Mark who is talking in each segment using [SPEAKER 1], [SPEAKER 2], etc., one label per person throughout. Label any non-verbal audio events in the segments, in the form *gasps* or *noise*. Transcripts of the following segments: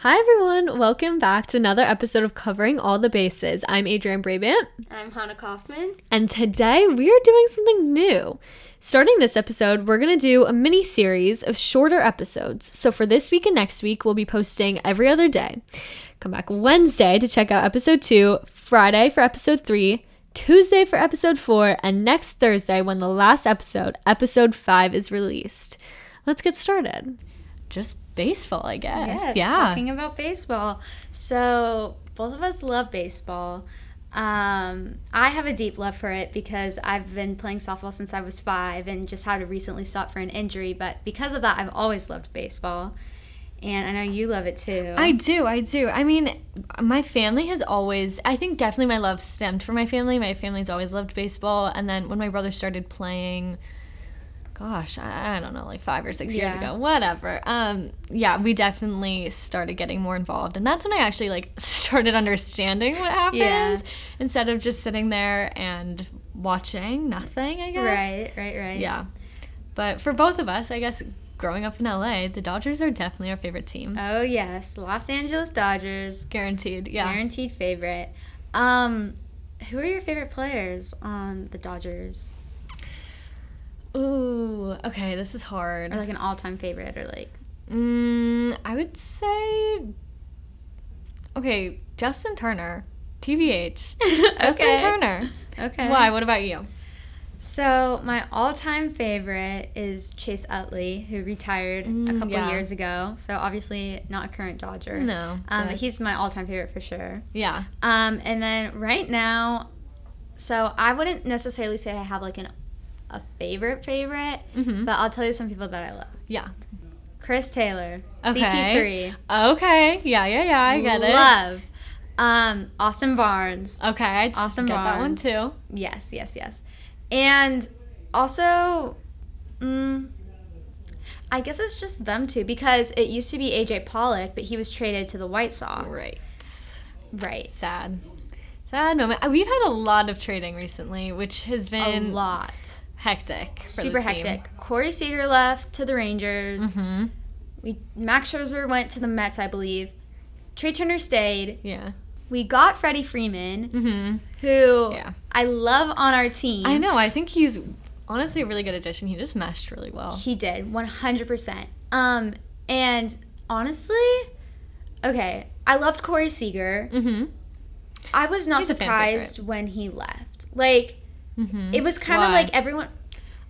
[SPEAKER 1] Hi, everyone. Welcome back to another episode of Covering All the Bases. I'm Adrienne Brabant,
[SPEAKER 2] I'm Hannah Kaufman.
[SPEAKER 1] and today we are doing something new. Starting this episode, we're going to do a mini series of shorter episodes. So, for this week and next week, we'll be posting every other day. Come back Wednesday to check out episode two, Friday for episode three, Tuesday for episode four, and next Thursday when the last episode, episode five, is released. Let's get started. Just baseball, I guess. yeah.
[SPEAKER 2] talking about baseball. So both of us love baseball. Um, I have a deep love for it because I've been playing softball since I was five and just had to recently stop for an injury. But because of that, I've always loved baseball, and I know you love it too.
[SPEAKER 1] I do, I do. I mean, my family has always, I think definitely my love stemmed from my family. My family's always loved baseball. And then when my brother started playing, gosh, I, I don't know, like five or six years
[SPEAKER 2] Yeah.
[SPEAKER 1] ago, whatever. Um, yeah, we definitely started getting more involved. And that's when I actually like *laughs* started understanding what happens instead of just sitting there and watching nothing, I guess.
[SPEAKER 2] right, right, right.
[SPEAKER 1] Yeah. But for both of us, I guess growing up in LA, the Dodgers are definitely our favorite team.
[SPEAKER 2] Oh yes, Los Angeles Dodgers,
[SPEAKER 1] Guaranteed, yeah.
[SPEAKER 2] guaranteed favorite. Um, who are your favorite players on the Dodgers,
[SPEAKER 1] Ooh, okay, this is hard.
[SPEAKER 2] or like an all-time favorite, or
[SPEAKER 1] *laughs*
[SPEAKER 2] like
[SPEAKER 1] Mm, I would say, okay, Justin Turner,
[SPEAKER 2] *laughs*
[SPEAKER 1] TBH. Justin Turner.
[SPEAKER 2] Okay.
[SPEAKER 1] Why? What about you?
[SPEAKER 2] So my all-time favorite is Chase Utley, who retired
[SPEAKER 1] Mm,
[SPEAKER 2] a couple
[SPEAKER 1] yeah.
[SPEAKER 2] years ago. So obviously not a current Dodger.
[SPEAKER 1] No,
[SPEAKER 2] Um,
[SPEAKER 1] but-
[SPEAKER 2] but he's my all-time favorite for sure.
[SPEAKER 1] Yeah.
[SPEAKER 2] Um, and then right now, so I wouldn't necessarily say I have like an a favorite favorite,
[SPEAKER 1] Mhm.
[SPEAKER 2] but I'll tell you some people that I love.
[SPEAKER 1] Yeah.
[SPEAKER 2] Chris Taylor,
[SPEAKER 1] Okay.
[SPEAKER 2] CT3,
[SPEAKER 1] Okay. Yeah, yeah, yeah. I get it.
[SPEAKER 2] Love. Um, Austin Barnes.
[SPEAKER 1] Okay, I awesome
[SPEAKER 2] Awesome
[SPEAKER 1] get that one
[SPEAKER 2] Barnes.
[SPEAKER 1] too.
[SPEAKER 2] Yes, yes, yes. And also, mm, I guess it's just them two because it used to be AJ Pollock, but he was traded to the White Sox.
[SPEAKER 1] Right.
[SPEAKER 2] Right.
[SPEAKER 1] Sad. Sad moment. Uh, We've had a lot of trading recently, which has
[SPEAKER 2] A
[SPEAKER 1] been
[SPEAKER 2] lot.
[SPEAKER 1] hectic. For
[SPEAKER 2] Super hectic. Corey Seager left to the Rangers.
[SPEAKER 1] hmm
[SPEAKER 2] We Max Scherzer went to the Mets, I believe. Trey Turner stayed.
[SPEAKER 1] Yeah.
[SPEAKER 2] We got Freddie Freeman,
[SPEAKER 1] hmm
[SPEAKER 2] who
[SPEAKER 1] Yeah.
[SPEAKER 2] I love on our team.
[SPEAKER 1] I know. I think he's honestly a really good addition. He just meshed really well.
[SPEAKER 2] He did, 100%. Um, and honestly, okay, I loved Corey Seager.
[SPEAKER 1] Mm-hmm.
[SPEAKER 2] I was not
[SPEAKER 1] He's a fan
[SPEAKER 2] surprised when he left. Like,
[SPEAKER 1] Mm-hmm.
[SPEAKER 2] it was kind of
[SPEAKER 1] Why?
[SPEAKER 2] like everyone,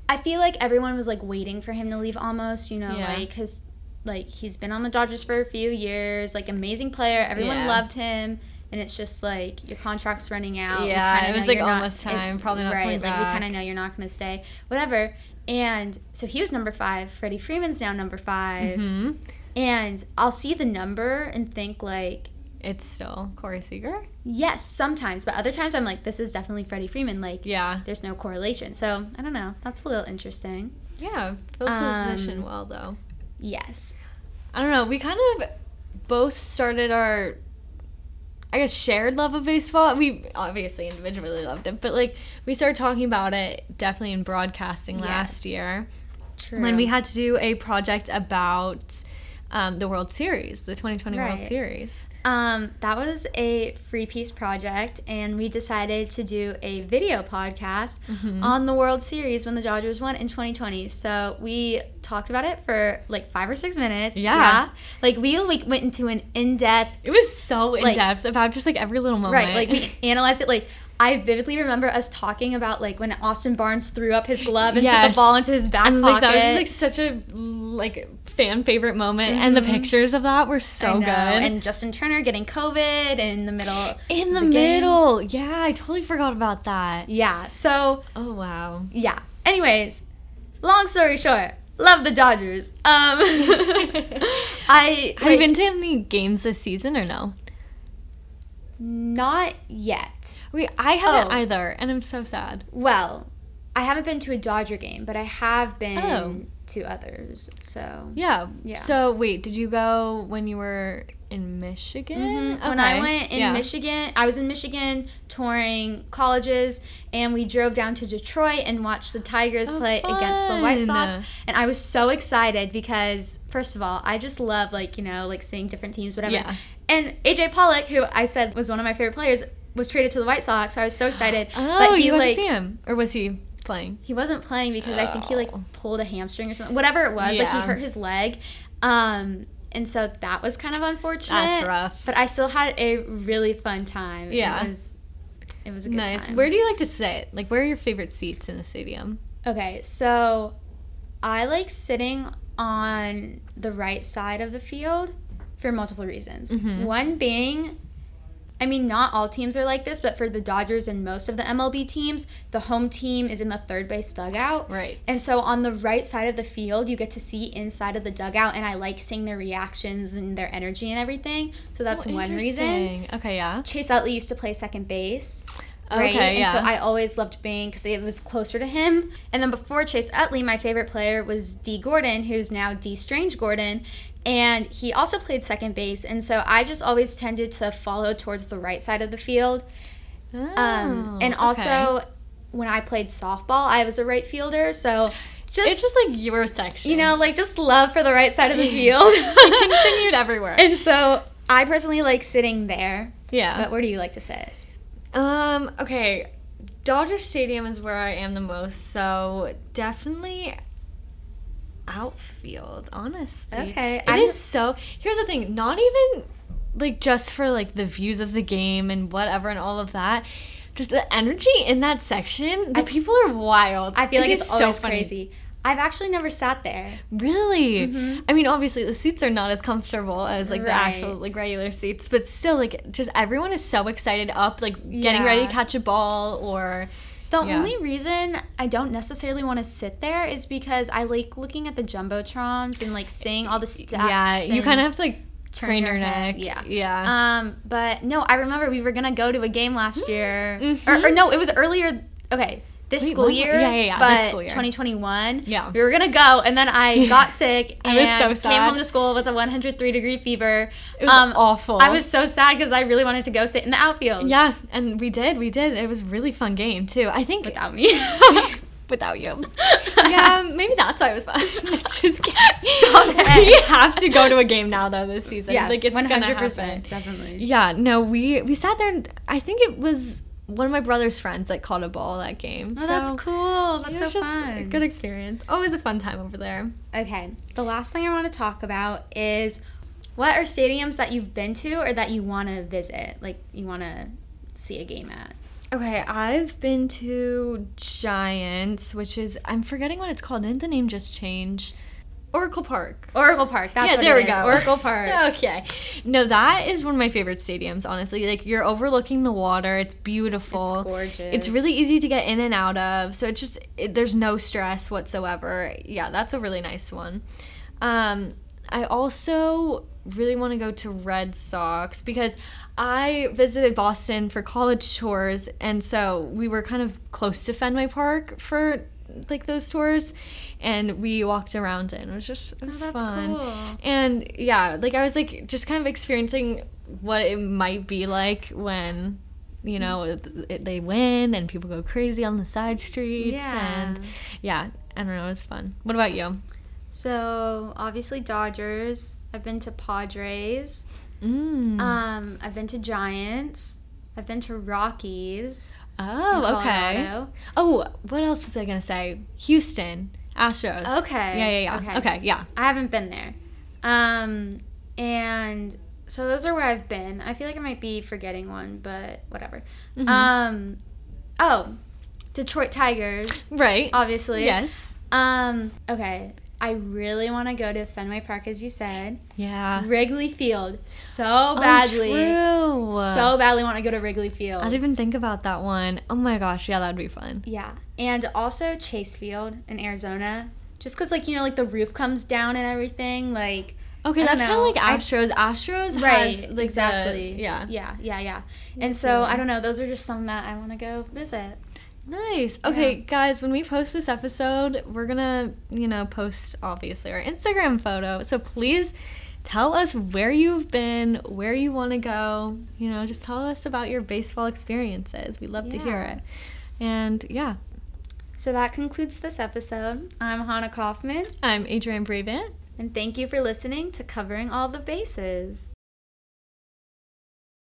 [SPEAKER 2] I feel like everyone was like waiting for him to leave almost, you know,
[SPEAKER 1] Yeah.
[SPEAKER 2] like his, like he's been on the Dodgers for a few years, like amazing player. Everyone
[SPEAKER 1] Yeah.
[SPEAKER 2] loved him. And it's just like your contract's running out. We
[SPEAKER 1] Yeah,
[SPEAKER 2] kinda
[SPEAKER 1] it was,
[SPEAKER 2] know
[SPEAKER 1] like,
[SPEAKER 2] you're not-
[SPEAKER 1] almost time, probably not
[SPEAKER 2] Right,
[SPEAKER 1] coming
[SPEAKER 2] like we kind
[SPEAKER 1] back.
[SPEAKER 2] of know you're not going to stay, whatever. And so he was number five. Freddie Freeman's now number 5
[SPEAKER 1] hmm
[SPEAKER 2] and I'll see the number and think like,
[SPEAKER 1] It's still Corey Seager.
[SPEAKER 2] yes, sometimes, but other times I'm like, this is definitely Freddie Freeman. Like,
[SPEAKER 1] Yeah.
[SPEAKER 2] there's no correlation. So I don't know. That's a little interesting.
[SPEAKER 1] Yeah. Filled his
[SPEAKER 2] Um,
[SPEAKER 1] position well though.
[SPEAKER 2] Yes.
[SPEAKER 1] I don't know. We kind of both started our I guess shared love of baseball. We obviously individually loved it, but like we started talking about it definitely in broadcasting last
[SPEAKER 2] Yes.
[SPEAKER 1] year
[SPEAKER 2] True.
[SPEAKER 1] when we had to do a project about um, the World Series, the 2020 World
[SPEAKER 2] Right.
[SPEAKER 1] Series.
[SPEAKER 2] um, that was a free piece project, and we decided to do a video podcast
[SPEAKER 1] Mm-hmm.
[SPEAKER 2] on the World Series when the Dodgers won in 2020. So we talked about it for like five or six minutes.
[SPEAKER 1] Yeah.
[SPEAKER 2] Like we like went into an in-depth
[SPEAKER 1] It was so in depth about just like every little moment.
[SPEAKER 2] Right. Like
[SPEAKER 1] *laughs*
[SPEAKER 2] we analyzed it. Like I vividly remember us talking about like when Austin Barnes threw up his glove and put
[SPEAKER 1] Yes.
[SPEAKER 2] the ball into his back
[SPEAKER 1] and like
[SPEAKER 2] pocket.
[SPEAKER 1] that was just like such a like fan favorite moment and the pictures of that were
[SPEAKER 2] Mm-hmm. I
[SPEAKER 1] so
[SPEAKER 2] know,
[SPEAKER 1] good
[SPEAKER 2] And Justin Turner getting COVID in the middle.
[SPEAKER 1] in
[SPEAKER 2] the game.
[SPEAKER 1] yeah i totally forgot about that
[SPEAKER 2] Yeah. So
[SPEAKER 1] oh wow
[SPEAKER 2] *laughs* yeah. Anyways, long story short, love the Dodgers. Um,
[SPEAKER 1] *laughs*
[SPEAKER 2] I
[SPEAKER 1] have you been to any games this season or no
[SPEAKER 2] not yet.
[SPEAKER 1] wait i haven't
[SPEAKER 2] Oh.
[SPEAKER 1] either and i'm so sad Oh.
[SPEAKER 2] Well, I haven't been to a Dodger game, but I have been to others. So
[SPEAKER 1] Yeah.
[SPEAKER 2] Yeah.
[SPEAKER 1] So wait, did you go when you were in Michigan?
[SPEAKER 2] Mhm. When I
[SPEAKER 1] Mm-hmm. Okay.
[SPEAKER 2] went in
[SPEAKER 1] Yeah.
[SPEAKER 2] Michigan, I was in Michigan touring colleges, and we drove down to Detroit and watched the Tigers
[SPEAKER 1] Oh,
[SPEAKER 2] play against the White
[SPEAKER 1] fun.
[SPEAKER 2] Sox. And I was so excited because, first of all, I just love like you know like seeing different teams, whatever.
[SPEAKER 1] Yeah.
[SPEAKER 2] And AJ Pollock, who I said was one of my favorite players, was traded to the White Sox. So I was so
[SPEAKER 1] *gasps*
[SPEAKER 2] excited.
[SPEAKER 1] Oh,
[SPEAKER 2] but he
[SPEAKER 1] you got to
[SPEAKER 2] like
[SPEAKER 1] see him, or was he playing?
[SPEAKER 2] he wasn't playing because I think he like
[SPEAKER 1] Oh.
[SPEAKER 2] pulled a hamstring or something. Whatever it was, like he
[SPEAKER 1] Yeah.
[SPEAKER 2] hurt his leg. Um and so that was kind of unfortunate.
[SPEAKER 1] That's rough.
[SPEAKER 2] But I still had a really fun time.
[SPEAKER 1] Yeah.
[SPEAKER 2] It was it was a good
[SPEAKER 1] Nice.
[SPEAKER 2] time.
[SPEAKER 1] Where do you like to sit? Like, where are your favorite seats in the stadium?
[SPEAKER 2] Okay, so I like sitting on the right side of the field for multiple reasons.
[SPEAKER 1] Mhm.
[SPEAKER 2] One being, I mean, not all teams are like this, but for the Dodgers and most of the MLB teams, the home team is in the third base dugout.
[SPEAKER 1] Right.
[SPEAKER 2] And so on the right side of the field, you get to see inside of the dugout, and I like seeing their reactions and their energy and everything. So that's
[SPEAKER 1] Oh,
[SPEAKER 2] one reason.
[SPEAKER 1] interesting. Okay. Yeah.
[SPEAKER 2] Chase Utley used to play second base right?
[SPEAKER 1] Okay. Yeah.
[SPEAKER 2] And so I always loved Bing because it was closer to him. And then before Chase Utley, my favorite player was D. Gordon, who's now D. Strange Gordon. And he also played second base. And so I just always tended to follow towards the right side of the field. Um,
[SPEAKER 1] Oh,
[SPEAKER 2] and
[SPEAKER 1] okay.
[SPEAKER 2] also, when I played softball, I was a right fielder. So
[SPEAKER 1] it's
[SPEAKER 2] just,
[SPEAKER 1] just like your section.
[SPEAKER 2] you know, like just love for the right
[SPEAKER 1] *laughs*
[SPEAKER 2] side of the field.
[SPEAKER 1] it *laughs* continued everywhere.
[SPEAKER 2] *laughs* and so I personally like sitting there.
[SPEAKER 1] yeah.
[SPEAKER 2] But where do you like to sit?
[SPEAKER 1] Um. Okay. Dodger Stadium is where I am the most, so definitely outfield. Honestly.
[SPEAKER 2] Okay,
[SPEAKER 1] It
[SPEAKER 2] I'm-
[SPEAKER 1] is so. Here's the thing. Not even like just for like the views of the game and whatever and all of that. Just the energy in that section. The people are wild.
[SPEAKER 2] I feel like it's, always
[SPEAKER 1] funny.
[SPEAKER 2] crazy. I've actually never sat there.
[SPEAKER 1] Really? I mean, obviously the seats are not as comfortable as like the actual
[SPEAKER 2] Mm-hmm. Right.
[SPEAKER 1] like regular seats, but still like just everyone is so excited up, like getting ready
[SPEAKER 2] Yeah.
[SPEAKER 1] to catch a ball or
[SPEAKER 2] The
[SPEAKER 1] Yeah.
[SPEAKER 2] only reason I don't necessarily want to sit there is because I like looking at the jumbotrons and like seeing all the stats.
[SPEAKER 1] yeah, you
[SPEAKER 2] and-
[SPEAKER 1] kind of have to like
[SPEAKER 2] turn
[SPEAKER 1] train
[SPEAKER 2] your
[SPEAKER 1] your,
[SPEAKER 2] head,
[SPEAKER 1] neck.
[SPEAKER 2] yeah.
[SPEAKER 1] yeah.
[SPEAKER 2] Um, but no, I remember we were gonna go to a game
[SPEAKER 1] *gasps*
[SPEAKER 2] last year,
[SPEAKER 1] Mhm.
[SPEAKER 2] or, or no, it was earlier. Okay, this
[SPEAKER 1] Wait,
[SPEAKER 2] school
[SPEAKER 1] when-
[SPEAKER 2] year.
[SPEAKER 1] yeah, yeah, yeah,
[SPEAKER 2] But
[SPEAKER 1] this school year.
[SPEAKER 2] 2021.
[SPEAKER 1] Yeah.
[SPEAKER 2] we were gonna go, and
[SPEAKER 1] *laughs*
[SPEAKER 2] then I got sick
[SPEAKER 1] I was
[SPEAKER 2] and
[SPEAKER 1] so
[SPEAKER 2] came
[SPEAKER 1] sad.
[SPEAKER 2] home to school with a 103 degree fever. Um,
[SPEAKER 1] it was awful.
[SPEAKER 2] I was so sad because I really wanted to go sit in the outfield.
[SPEAKER 1] yeah, and we did, we did. It was a really fun game too. I think
[SPEAKER 2] without me.
[SPEAKER 1] *laughs* without
[SPEAKER 2] *laughs*
[SPEAKER 1] you. yeah, maybe that's why it was fun. *laughs* Just kidding.
[SPEAKER 2] Stop it.
[SPEAKER 1] We have to go to a game now though this season.
[SPEAKER 2] Yeah,
[SPEAKER 1] like it's
[SPEAKER 2] one
[SPEAKER 1] 100%. gonna
[SPEAKER 2] hundred
[SPEAKER 1] happen.
[SPEAKER 2] percent, definitely.
[SPEAKER 1] Yeah, no, we we sat there and I think it was one of my brother's friends that caught a ball that game.
[SPEAKER 2] Oh, that's cool. That's
[SPEAKER 1] it was
[SPEAKER 2] so
[SPEAKER 1] just a
[SPEAKER 2] fun.
[SPEAKER 1] Good experience. Always a fun time over there.
[SPEAKER 2] Okay, the last thing I want to talk about is what are stadiums that you've been to or that you want to visit, like you want to see a game at.
[SPEAKER 1] Okay, I've been to Giants, which is I'm forgetting what it's called. Didn't the name just change? Oracle Park.
[SPEAKER 2] Oracle Park. That's
[SPEAKER 1] yeah,
[SPEAKER 2] what
[SPEAKER 1] there
[SPEAKER 2] it
[SPEAKER 1] we
[SPEAKER 2] is,
[SPEAKER 1] go. *laughs*
[SPEAKER 2] Oracle Park.
[SPEAKER 1] okay. No, that is one of my favorite stadiums, honestly. Like you're overlooking the water. It's beautiful.
[SPEAKER 2] It's gorgeous.
[SPEAKER 1] It's really easy to get in and out of. So it's just it, there's no stress whatsoever. Yeah, that's a really nice one. Um, I also really want to go to Red Sox because I visited Boston for college tours, and so we were kind of close to Fenway Park for like those tours, and we walked around it. And it was just it was
[SPEAKER 2] Oh, that's
[SPEAKER 1] fun.
[SPEAKER 2] cool.
[SPEAKER 1] And yeah, like I was like just kind of experiencing what it might be like when
[SPEAKER 2] Mm.
[SPEAKER 1] you know th- th- they win and people go crazy on the side streets
[SPEAKER 2] Yeah.
[SPEAKER 1] and yeah i don't know it's fun what about you
[SPEAKER 2] So obviously Dodgers. I've been to Padres.
[SPEAKER 1] mm.
[SPEAKER 2] Um, I've been to Giants. I've been to Rockies. in
[SPEAKER 1] oh okay
[SPEAKER 2] Colorado.
[SPEAKER 1] oh what else was i gonna say houston astros
[SPEAKER 2] Okay,
[SPEAKER 1] yeah yeah yeah
[SPEAKER 2] okay.
[SPEAKER 1] okay, yeah
[SPEAKER 2] I haven't been there. Um, and so those are where I've been. I feel like I might be forgetting one, but whatever.
[SPEAKER 1] Mm-hmm.
[SPEAKER 2] Um, oh, Detroit Tigers,
[SPEAKER 1] right
[SPEAKER 2] obviously.
[SPEAKER 1] yes
[SPEAKER 2] Um, okay. I really want to go to Fenway Park, as you said.
[SPEAKER 1] yeah
[SPEAKER 2] Wrigley Field, so badly.
[SPEAKER 1] oh, Uh. true.
[SPEAKER 2] So badly want to go to Wrigley Field.
[SPEAKER 1] i didn't even think about that one. Oh my gosh yeah that'd be fun
[SPEAKER 2] Yeah, and also Chase Field in Arizona, just because like you know like the roof comes down and everything. Like
[SPEAKER 1] okay
[SPEAKER 2] I don't
[SPEAKER 1] that's kind of
[SPEAKER 2] know.
[SPEAKER 1] like
[SPEAKER 2] I-
[SPEAKER 1] astros astros
[SPEAKER 2] right,
[SPEAKER 1] has, like, the-
[SPEAKER 2] exactly.
[SPEAKER 1] yeah
[SPEAKER 2] yeah, yeah, yeah. And so I don't know. Those are just some that I want to go visit.
[SPEAKER 1] Nice. Okay, guys, when we post this episode, we're gonna, you know, post obviously our Instagram photo. So please tell us where you've been, where you want to go. You know, just tell us about your baseball experiences. We love to hear
[SPEAKER 2] Yeah.
[SPEAKER 1] it. And yeah,
[SPEAKER 2] So that concludes this episode. I'm Hannah Kaufman,
[SPEAKER 1] I'm Adrienne Bravant.
[SPEAKER 2] and thank you for listening to Covering All the Bases.